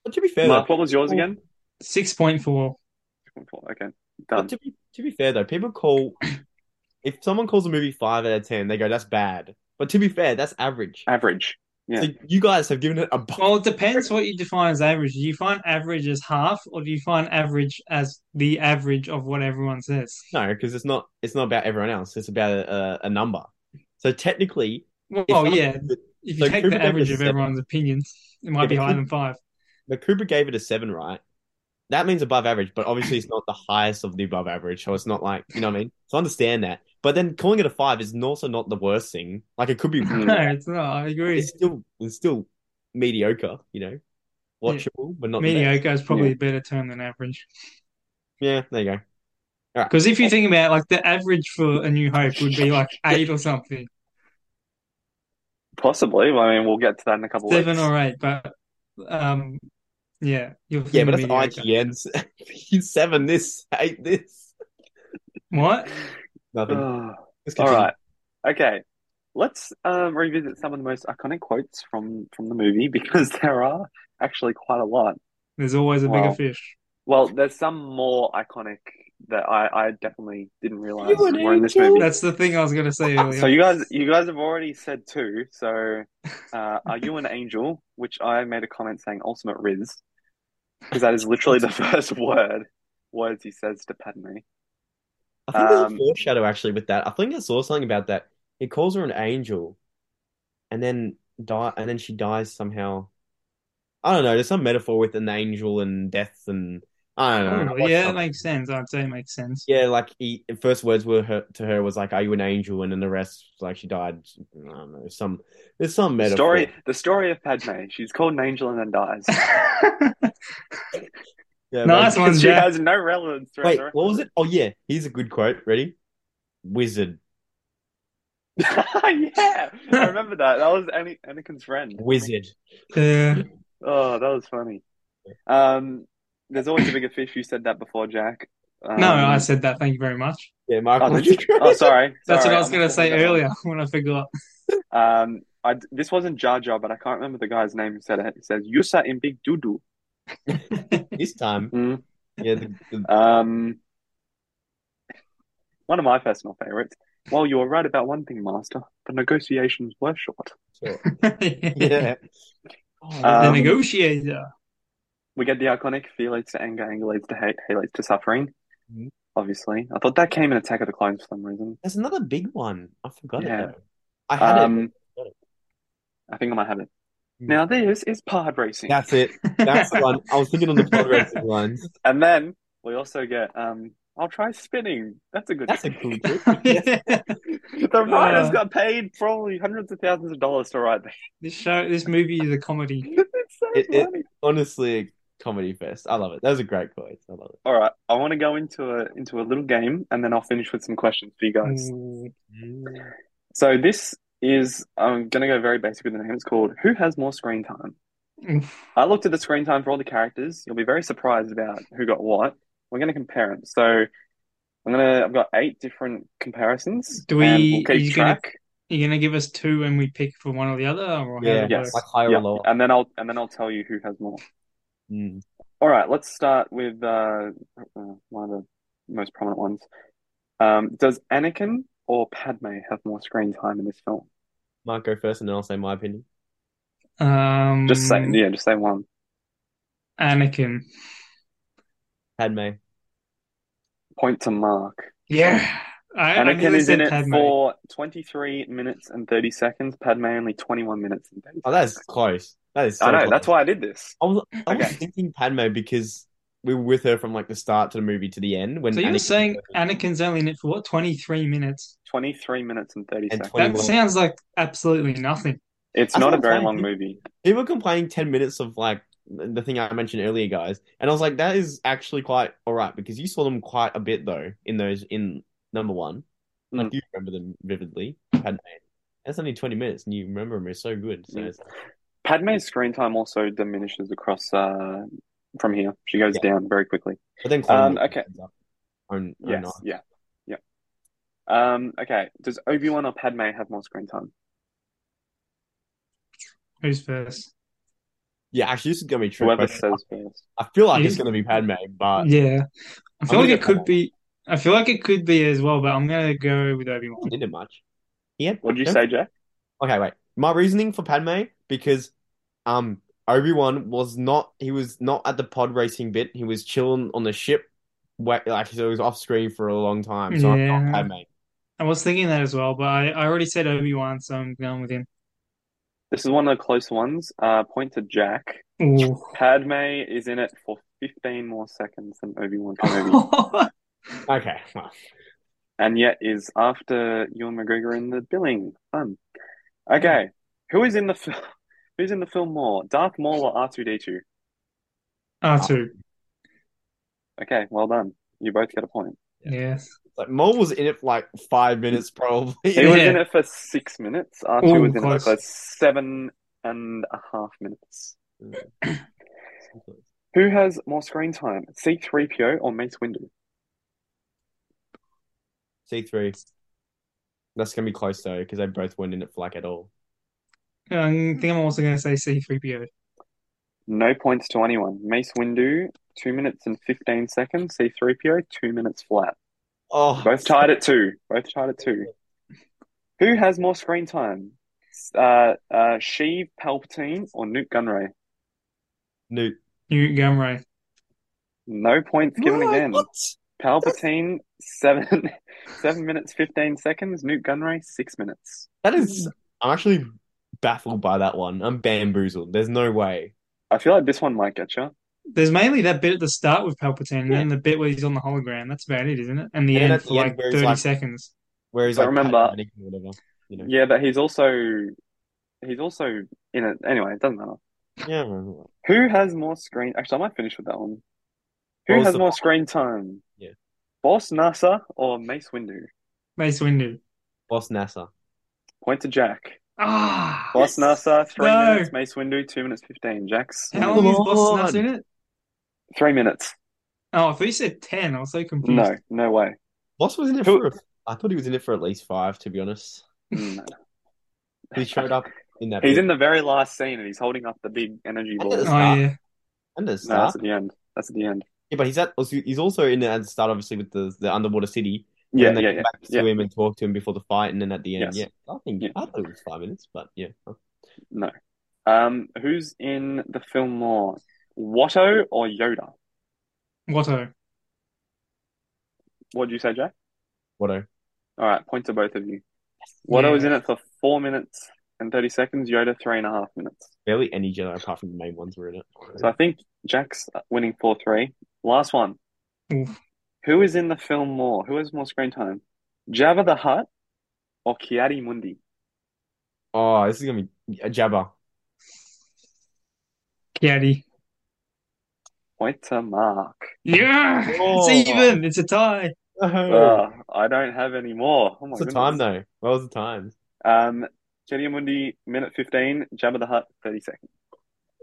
A: But to be fair,
B: Mark,
A: though,
B: what was yours again?
C: Six point four.
B: Okay,
A: but
B: done.
A: to be to be fair though, people
C: (coughs)
A: call if someone calls a movie five out of ten, they go that's bad. But to be fair, that's average.
B: Average. yeah.
A: So you guys have given it a bu-
C: Well, it depends what you define as average. Do you find average as half, or do you find average as the average of what everyone says?
A: no because it's not it's not about everyone else. It's about a, a, a number. So technically,
C: Well,
A: if someone
C: Oh, yeah,
A: gives it-
C: If you
A: So
C: take
A: Kubrick
C: the average
A: gave it a
C: of
A: seven.
C: everyone's opinions, it
A: Yeah,
C: might be
A: but
C: higher
A: Kubrick-
C: than five.
A: But Kubrick gave it a seven, right? That means above average, but obviously it's not the highest of the above average, so it's not like you know what I mean. So I understand that. But then calling it a five is also not the worst thing. Like it could be,
B: Mm-hmm.
C: No, it's not. I agree.
A: it's still it's still mediocre, you know,
C: Yeah.
A: watchable, but not the best.
C: Mediocre is probably
B: Yeah.
C: a better term than average.
A: Yeah, there you go.
C: Because if you think about like the average for A New Hope would be like eight
A: (laughs)
C: or something,
B: Possibly. Well, I mean, we'll get to that in a couple of (sighs)
C: seven
B: weeks.
C: or eight. But um, yeah, you're
A: Yeah,
C: thinking
A: but that's
C: mediocre.
A: (laughs) IGN's seven this, eight this.
C: What?
A: Nothing.
B: Ugh.
A: Just
B: Uh, All
A: continue.
B: right. Okay. Let's um, revisit some of the most iconic quotes from from the movie (laughs) because there are actually quite a lot.
C: There's always a bigger
B: Wow.
C: fish.
B: Well, there's some more iconic that I, I definitely didn't realize
A: an
B: were in this
A: angel?
B: movie.
C: That's the thing I was gonna say earlier.
B: So you guys, you guys have already said two.
C: (laughs)
B: So, uh, are you an angel? Which I made a comment saying ultimate Riz, because that is literally the (laughs) first word words he says to Padme.
A: I think there's
B: Um,
A: a foreshadow actually with that. I think I saw something about that. He calls her an angel, and then die, and then she dies somehow. I don't know. There's some metaphor with an angel and death, and I don't know. I
C: Oh,
A: watched
C: yeah, it
A: something.
C: makes sense. I'd say it makes sense.
A: yeah. Like he, the first words were her, to her was like, "Are you an angel?" And then the rest, like she died. I don't know. Some there's some
B: The
A: metaphor.
B: story, the story of Padme. She's called an angel and then
C: (laughs)
B: dies.
A: Yeah,
C: Nice
A: maybe.
C: one,
B: She
C: Jack.
B: has no relevance. throughout
A: Wait,
B: the rest
A: what
B: of
A: was it? Oh yeah, here's a good quote. Ready? Wizard,
B: (laughs) yeah, I remember that. That was Ana- Anakin's friend.
A: wizard.
C: (laughs) Yeah.
B: Oh, that was funny. Um, there's always a bigger fish. You said that before, Jack. Um,
C: no, I said that. Thank you very much.
A: Yeah, Michael.
B: Oh, did you? (laughs)
C: (laughs)
B: Oh, sorry.
C: That's
B: Sorry,
C: what I was
B: I'm
C: gonna say
B: thinking about-
C: earlier (laughs) when
B: (laughs)
C: I forgot.
B: Um, I this wasn't Jar Jar, but I can't remember the guy's name who said it. It says Yusa in Big Doodoo.
A: This time,
B: Mm.
A: yeah, the,
B: (laughs)
A: the,
B: Um, one of my personal favorites. Well, you were right about one thing, Master. The negotiations were short.
A: (laughs) yeah.
C: (laughs) The
A: Oh,
B: Um,
C: negotiator.
B: We get the iconic fear leads to anger, anger leads to hate, hate leads to suffering.
A: Mhm.
B: Obviously, I thought that came in Attack of the Clones for some reason.
A: That's another big one. I forgot
B: Yeah.
A: it though. I had it.
B: Um,
A: Got it.
B: I think I might have it.
A: Mm.
B: Now this is pod racing.
A: That's it. That's
C: (laughs)
A: the one. I was thinking on the pod (laughs) racing lines.
B: And then we also get um I'll try spinning. That's a good
A: That's a cool trick.
B: The writers
C: Uh.
B: got paid probably hundreds of thousands of dollars to write that.
C: (laughs) This show, this movie is a comedy.
B: (laughs) it's so
A: It- it-
B: funny.
A: Honestly, comedy fest. I love it. That was a great quote. I love it.
B: All right, I want to go into a into a little game and then I'll finish with some questions for you guys.
C: Ooh.
A: Mm.
B: So this is I'm gonna go very basic with the name. It's called Who Has More Screen Time?
C: Mm.
B: I looked at the screen time for all the characters. You'll be very surprised about who got what. We're going to compare them. So I'm gonna. I've got eight different comparisons.
C: Do we-
B: And we'll keep
C: are you gonna-
B: track.
C: You're gonna give us two and we pick for one or the other, or how does
A: Yeah,
C: it
B: Yes.
A: like
C: work?
A: higher
B: Yeah.
A: or lower.
B: And then I'll and then I'll tell you who has more.
A: Mm.
B: All right. Let's start with uh, uh, one of the most prominent ones. Um, does Anakin or Padme have more screen time in this film?
A: Mark go first, and then I'll say my opinion.
C: Um,
B: Just say yeah. Just say one.
C: Anakin.
A: Padme.
B: Point to Mark.
C: Yeah, I, I
B: Anakin
C: nearly
B: is in
C: said
B: it
C: Padme.
B: for 23 minutes and 30 seconds. Padme only 21 minutes and 30
A: Oh, that is close. That is. So
B: I know,
A: close.
B: that's why I did this.
A: I was, I was
B: Okay.
A: thinking Padme because we were with her from like the start to the movie to the end. When
C: So you're
A: Anakin-
C: saying Anakin's only in it for what, 23 minutes?
B: 23 minutes and 30
A: And
B: seconds.
A: 20
C: That
A: Twenty-one.
C: sounds like absolutely nothing.
B: It's not
A: That's
B: a
A: what I'm
B: very
A: saying.
B: long movie.
A: people were complaining 10 minutes of like the thing I mentioned earlier, guys. And I was like, that is actually quite all right because you saw them quite a bit though in those in number one. Like
B: Mm.
A: you remember them vividly. Padme. That's only 20 minutes and you remember them. It's so good. So
B: Mm.
A: it's,
B: Padme's screen time also diminishes across uh, from here. She goes down very quickly.
A: but then Clone
B: Um,
A: Wars
B: okay.
A: ends up on- on
B: Yes.
A: nine.
B: Yeah. Yeah. Um, okay. Does Obi-Wan or Padme have more screen time?
C: Who's first?
A: Yeah, actually, this is going to be true.
B: Whoever says first.
A: I feel like
C: You-
A: it's going to be Padme, but
C: Yeah, I feel
A: Uh, gonna
C: like
A: go
C: it could
A: Padme.
C: be. I feel like it could be as well, but I'm gonna go with Obi
A: he
C: Wan.
A: didn't much. He had,
B: What did you
A: don't
B: say, Jack?
A: Okay, wait. My reasoning for Padme because um Obi-Wan was not he was not at the pod racing bit. He was chilling on the ship, wait, like so he was off screen for a long time. So I'm
C: Yeah.
A: not Padme.
C: I was thinking that as well, but I, I already said Obi Wan, so I'm going with him.
B: This is one of the close ones. Uh, point to Jack.
A: (laughs)
C: Ooh.
B: Padme is in it for 15 more seconds than Obi-Wan Kenobi,
C: (laughs) oh,
A: Okay, well,
B: and yet is after Ewan McGregor in the billing. Fun. Okay, who is in the (laughs) film? Who's in the film more, Darth Maul or R2D2?
C: R2.
B: Okay, well done. You both get a point.
C: Yes.
A: like Maul was in it for like five minutes probably.
B: He was
C: Yeah.
B: in it for six minutes. R2
C: Ooh,
B: was in
C: close.
B: it for seven and a half minutes.
C: (clears throat)
B: Who has more screen time, C3PO or Mace Windu?
A: (laughs) C three. That's gonna be close though, because they both weren't in it for like at all.
C: I think I'm also going to say C3PO.
B: No points to anyone. Mace Windu, two minutes and 15 seconds. C3PO, two minutes flat.
A: Oh,
B: Both tied at two. Both tied at two. Who has more screen time? Uh, uh, Sheev Palpatine or Nuke Gunray?
A: Newt.
C: Newt Gumray.
B: No points given
A: What?
B: again.
A: What?
B: Palpatine, seven, (laughs) seven minutes, 15 seconds. Nuke Gunray, six minutes.
A: That is. I'm actually baffled by that one. I'm bamboozled. There's no way.
B: I feel like this one might get you.
C: There's mainly that bit at the start with Palpatine, and then the bit where he's on the hologram. That's about it, isn't it? And the
A: And then
C: end
A: at the
C: for
A: end
C: like
A: where he's
C: 30
A: like-
C: seconds.
A: Where he's
B: I
A: like
B: remember-
A: patriotic or whatever. You know.
B: Yeah, but he's also, he's also in it. Anyway, it doesn't matter.
A: Yeah, I remember.
B: Who has more screen? Actually, I might finish with that one. Who
A: What was
B: has
A: the-
B: more screen time?
A: Yeah.
B: Boss Nasa or Mace Windu?
C: Mace Windu.
A: Boss NASA.
B: Point to Jack.
C: Ah!
B: Boss Nasa, three
C: No.
B: minutes. Mace Windu, two minutes fifteen. Jack's
C: How long is
A: Come
C: Boss Nuts
A: on.
C: in it?
B: three minutes.
C: Oh, I thought you said 10. I was so confused.
B: No, no
A: (laughs)
B: way.
A: Boss was in it
B: Who-
A: for. I thought he was in it for at least five, to be honest.
B: No.
A: He showed up in that.
B: He's
A: bit.
B: in the very last scene, and he's holding up the big energy ball.
C: Oh,
A: That's
B: No,
A: not-
C: yeah.
A: And the start.
B: that's at the end. That's at the end.
A: Yeah, but he's at. also- He's also in it at the start, obviously, with the the underwater city.
B: Yeah,
A: and they
B: yeah,
A: come
B: yeah.
A: back to him and talk to him before the fight, and then at the end,
B: Yes.
A: yeah, I think
B: Yeah.
A: I thought it was five minutes, but yeah,
B: No. Um, who's in the film more, Watto or Yoda?
C: Watto.
B: What did you say, Jack?
A: whatever.
B: All right, point to both of you. Watto was in it for four minutes and 30 seconds, Yoda, three and a half minutes.
A: Barely any Jedi apart from the main ones were in it.
B: So I think Jack's winning 4 3. Last one.
C: Oof.
B: Who is in the film more? Who has more screen time? Jabba the Hutt or Kiadi Mundi?
A: Oh, this is gonna be a jabber.
C: Kiadi.
B: Point to Mark.
C: Yeah!
A: Oh.
C: It's even. It's a tie.
B: Ugh, I don't have any more. Oh my
A: What's Oh. the
B: Oh, goodness.
A: time though? What was the time?
B: Um, Kiadi Mundi, minute 15. Jabba the Hutt, 30 seconds.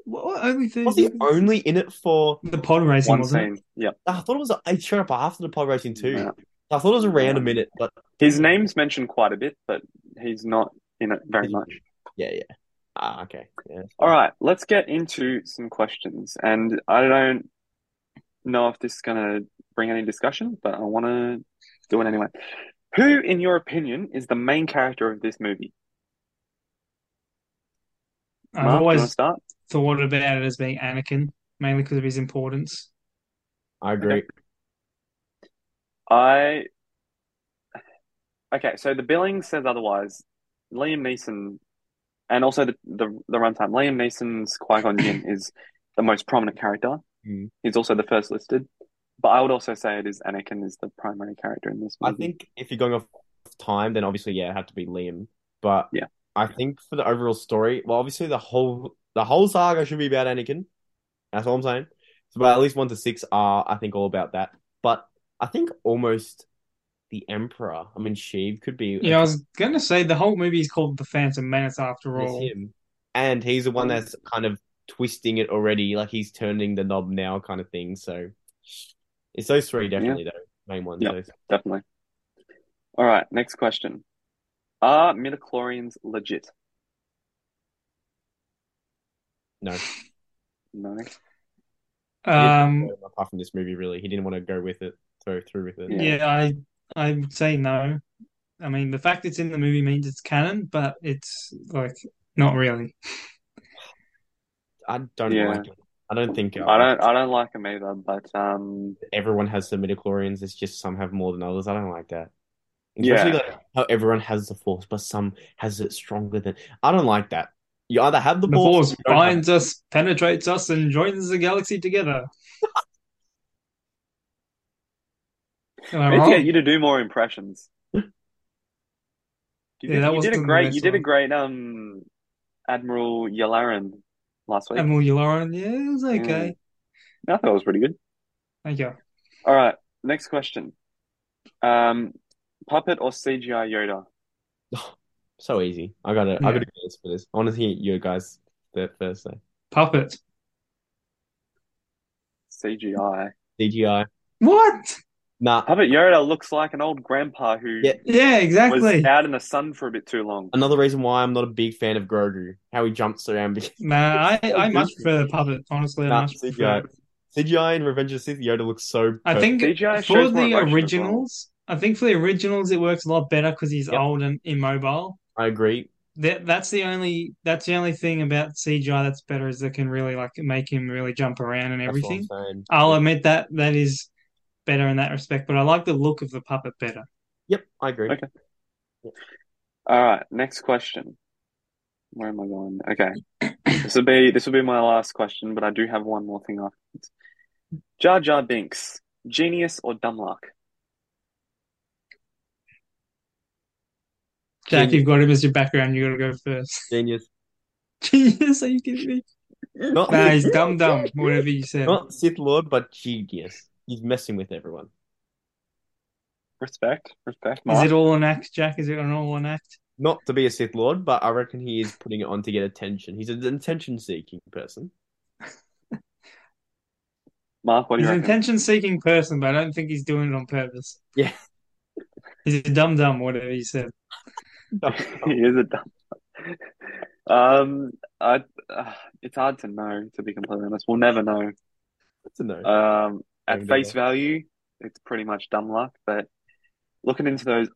C: What, what, only 30
A: Was he
C: seconds?
A: only in it for?
C: The pod racing,
B: One
C: wasn't it?
B: scene. Yep.
A: I thought it was. It showed up after the pod racing too.
B: No.
A: I thought it was around a
B: No.
A: minute, but
B: His name's mentioned quite a bit, but he's not in it very much.
A: yeah, yeah. Ah, okay. Yeah.
B: All right, let's get into some questions. And I don't know if this is going to bring any discussion, but I want to do it anyway. Who, in your opinion, is the main character of this movie?
C: I've
B: Mark, do you want to
C: always
B: start?
C: thought about it as being Anakin, mainly because of his importance.
A: I agree.
B: I. Okay, so the billing says otherwise. Liam Neeson, and also the the, the runtime. Liam Neeson's Qui-Gon
A: (coughs)
B: Jinn is the most prominent character.
A: Mm.
B: He's also the first listed, but I would also say it is Anakin is the primary character in this
A: I
B: movie.
A: think if you're going off time, then obviously yeah, it'd have to be Liam. But
B: Yeah.
A: I think for the overall story, well, obviously the whole the whole saga should be about Anakin. That's all I'm saying. So, but at least one to six are, I think, all about that. But I think almost the Emperor. I mean, Sheev could be
C: Yeah, I was going to say the whole movie is called The Phantom Menace after
A: with
C: all.
A: him, and he's the one
B: Mm.
A: that's kind of twisting it already. Like he's turning the knob now, kind of thing. So it's those three definitely though. Main ones.
B: Yeah.
A: those-
B: Definitely. All right, next question. Are midichlorians legit?
A: No.
B: No.
C: Um,
A: apart from this movie, really, he didn't want to go with it, so through with it.
B: Yeah.
C: yeah, I I would say no. I mean, the fact it's in the movie means it's canon, but it's like not really.
A: I don't
B: Yeah.
A: like it. I don't think uh,
B: I don't I don't like them either, but um
A: everyone has the midichlorians. It's just some have more than others. I don't like that.
B: Yeah.
A: Especially like how everyone has the force, but some has it stronger than. I don't like that. You either have the
C: The
A: ball, or
C: force
A: you don't have
C: binds us, penetrates us, and joins the galaxy together. Am I
B: I need to
C: wrong?
B: get you to do more impressions. You
C: Yeah,
B: did, you
C: that
B: did a
C: wasn't the
B: great.
C: best
B: You did a
C: one.
B: great um, Admiral Yularen last week.
C: Admiral Yularen, yeah, it was
B: Mm.
C: okay.
B: I thought it was pretty good.
C: Thank you.
B: All right, next question. Um, puppet or CGI Yoda?
A: it. So easy. I got it. I
C: Yeah.
A: got a guess for this. I want to hear your guys th- first though.
C: Puppet.
B: CGI.
A: CGI.
C: What?
A: Nah,
B: Puppet Yoda looks like an old grandpa who
A: Yeah.
C: Yeah,
B: was
C: exactly.
B: out in the sun for a bit too long.
A: another reason why I'm not a big fan of Grogu. How he jumps around (laughs) because
C: Nah, I,
A: so
C: I much
A: goofy.
C: prefer the puppet. Honestly, I
A: Nah,
C: much
A: CGI.
C: prefer.
A: CGI and Revenge of the Sith Yoda looks so
C: I
A: perfect.
C: think
B: CGI
C: for
B: shows more
C: the
B: emotion as well.
C: originals, I think for the originals, it works a lot better because he's
A: Yep.
C: old and immobile.
A: I agree.
C: That that's the only that's the only thing about CGI that's better is they can really like make him really jump around and
A: That's what I'm
C: everything.
A: saying.
C: I'll uh, admit that that is better in that respect, but I like the look of the puppet better.
A: Yep, I agree.
B: Okay. All right, next question. Where am I going? Okay, this will be this will be my last question, but I do have one more thing afterwards. Jar Jar Binks, genius or dumb luck?
C: Jack,
A: Genius.
C: you've got him as your background. You got to go (laughs) first.
A: Genius.
C: Genius, are you
B: (laughs)
C: kidding me?
A: Not,
C: Nah, he's dumb, dumb. Whatever you said.
A: not Sith Lord, but genius. He's messing with everyone.
B: Respect, respect,
C: Is
B: Mark.
C: it all an act, Jack? Is it an all an act?
A: Not to be a Sith Lord, but I reckon he is putting it on to get attention. He's an attention-seeking person.
B: Mark, what do
C: He's
B: you
C: an
B: reckon?
C: attention-seeking person, but I don't think he's doing it on purpose.
A: Yeah.
C: He's a dumb, dumb. Whatever you said.
B: (laughs) He is a dumb luck. Um, I uh, it's hard to know, to be completely honest. We'll never know.
A: That's a no.
B: Um, at
A: Never
B: face
A: know.
B: value, it's pretty much dumb luck, but looking into those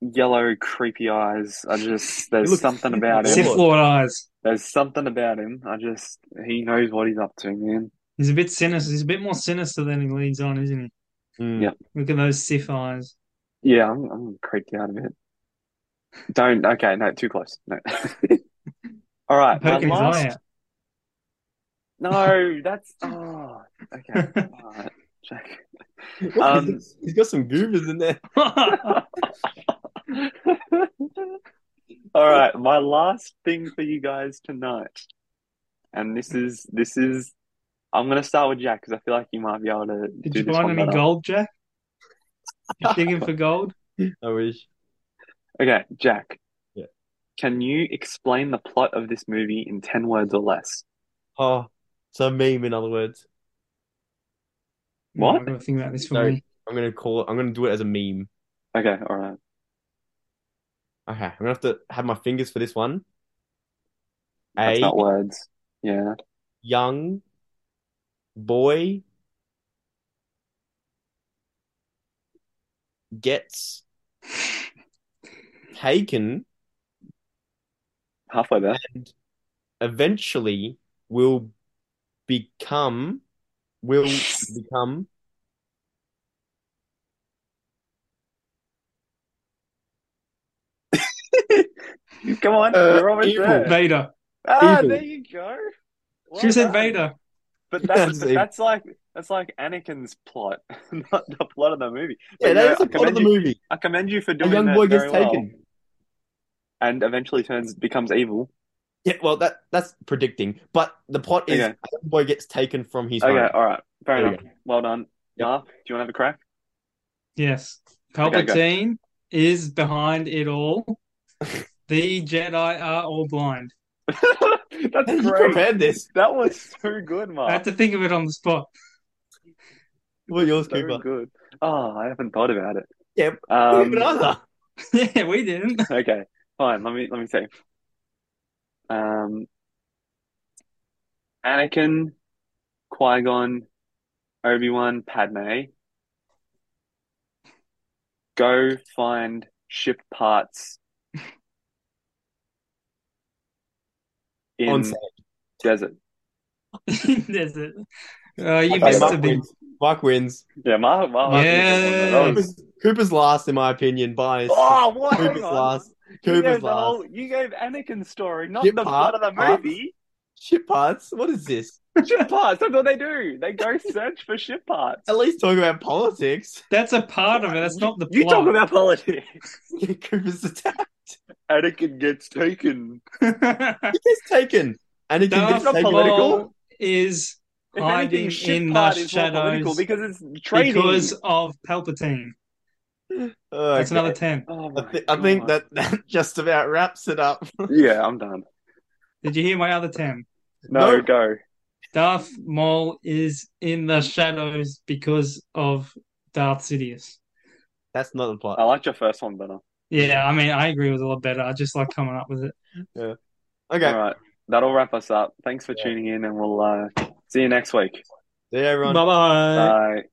B: yellow, creepy eyes, I just
A: He
B: there's
A: looks
B: something about him.
A: Lord.
C: Sith Lord eyes.
B: There's something about him. I just he knows what he's up to, man.
C: He's a bit sinister. He's a bit more sinister than he leads on, isn't he?
A: Mm.
B: Yeah.
C: Look at those Sith eyes.
B: Yeah, I'm I'm creeped out of it. Don't okay, no, too close. No. (laughs) All right, my
C: Poking his eye
B: last
C: out.
B: no, that's oh
C: (laughs)
B: okay. All right, Jack.
A: (laughs) What is
B: Um,
A: this? he's got some goobers in there.
B: (laughs)
C: (laughs)
B: (laughs) All right, my last thing for you guys tonight, and this is this is I'm gonna start with Jack because I feel like you might be able to
C: Did
B: do
C: you
B: this
C: find
B: one
C: any
B: better.
C: gold, Jack?
B: (laughs)
C: You digging for gold?
A: I wish.
B: Okay, Jack,
A: Yeah.
B: can you explain the plot of this movie in 10 words or less?
A: Oh, it's a meme, in other words.
C: No,
B: What?
C: I've got to think about this for
A: No,
C: me.
A: I'm gonna call it, I'm gonna do it as a meme.
B: Okay, all right.
A: Okay, I'm gonna have to have my fingers for this one.
B: That's
A: A
B: not words. Yeah.
A: young boy gets taken
B: Halfway
A: (laughs)
B: there.
A: and eventually will become
B: (laughs)
A: will become
B: Come on,
A: Uh,
B: you're almost
A: evil.
B: there.
C: Vader.
B: Ah,
A: evil.
B: there you go. Well
C: She said
B: done.
C: Vader.
B: But that's
A: That's
B: but
A: evil.
B: that's like that's like Anakin's plot, (laughs) not the plot of the movie. But
A: Yeah,
B: you
A: that
B: know,
A: is
B: I
A: the plot of
B: commend
A: the
B: you
A: movie.
B: I commend you for
A: A
B: doing
A: young
B: that
A: boy gets
B: very well
A: taken.
B: and eventually turns becomes evil.
A: Yeah, well that that's predicting. But the plot is a
B: Okay.
A: young boy gets taken from his home. (laughs)
B: Okay, all right. Fair
A: There we
B: enough. Well done.
A: Yep.
B: Mark, do you want to have a crack? (laughs)
C: Yes.
B: Okay, go.
C: Palpatine is behind it all. The Jedi are all blind.
B: That's
A: (laughs) You
B: great.
A: prepared this.
B: That was so good, Mark.
C: I had to think of it on the spot. (laughs)
A: Well, yours,
B: so
A: Cooper.
B: good. Oh, I haven't thought about it.
A: Yeah,
B: Um,
A: even either.
C: yeah, we didn't.
B: (laughs)
C: (laughs)
B: okay, fine. Let me let me see. Um, Anakin, Qui-Gon, Obi-Wan, Padme go find ship parts in
A: On set.
B: desert.
C: There's it. Uh, you
A: Okay,
C: missed
B: Mark
C: a
A: Buck
C: big.
A: wins. Buck wins.
B: Yeah, Mark, Mark, Mark-
C: Yeah.
B: that was-
A: Cooper's, Cooper's last, in my opinion. Bias.
B: Oh, what? Hang
A: Cooper's
B: on.
A: last.
B: You
A: Cooper's
B: gave, the
A: last.
B: whole, you gave Anakin's story, not
A: Shit
B: the part
A: part,
B: of the
A: part.
B: movie.
A: Ship parts? What is this?
B: Ship parts, that's what they do. They
A: (laughs)
B: go search for ship parts.
A: At least talk about politics. (laughs)
C: That's a part of it. That's not the
B: You
C: plot.
B: talk
C: (laughs)
B: about politics.
A: Cooper's attacked.
B: Anakin gets taken.
A: He gets taken. Anakin
C: Darth
A: gets taken.
B: political?
C: Maul is
B: If
C: hiding
B: anything, ship
C: in the
B: part is more political
C: shadows
B: because it's training.
C: because of Palpatine.
A: Oh,
C: That's
A: okay.
C: another ten.
B: Oh
A: I,
B: my
A: thi- I think
B: God.
A: that, (laughs) that just about wraps it up.
B: Yeah, I'm done.
C: Did you hear my other ten?
B: No,
A: No.
B: go.
C: Darth Maul is in the shadows because of Darth Sidious.
A: That's not the
B: I
A: plot.
B: liked your first one better.
C: Yeah, I mean, I agree with a lot better. I just like coming up with it.
A: Okay.
B: Oh, All right. That'll wrap us up. Thanks for
A: Yeah.
B: tuning in, and we'll uh, see you next week.
A: See you, everyone.
C: Bye bye.
B: Bye.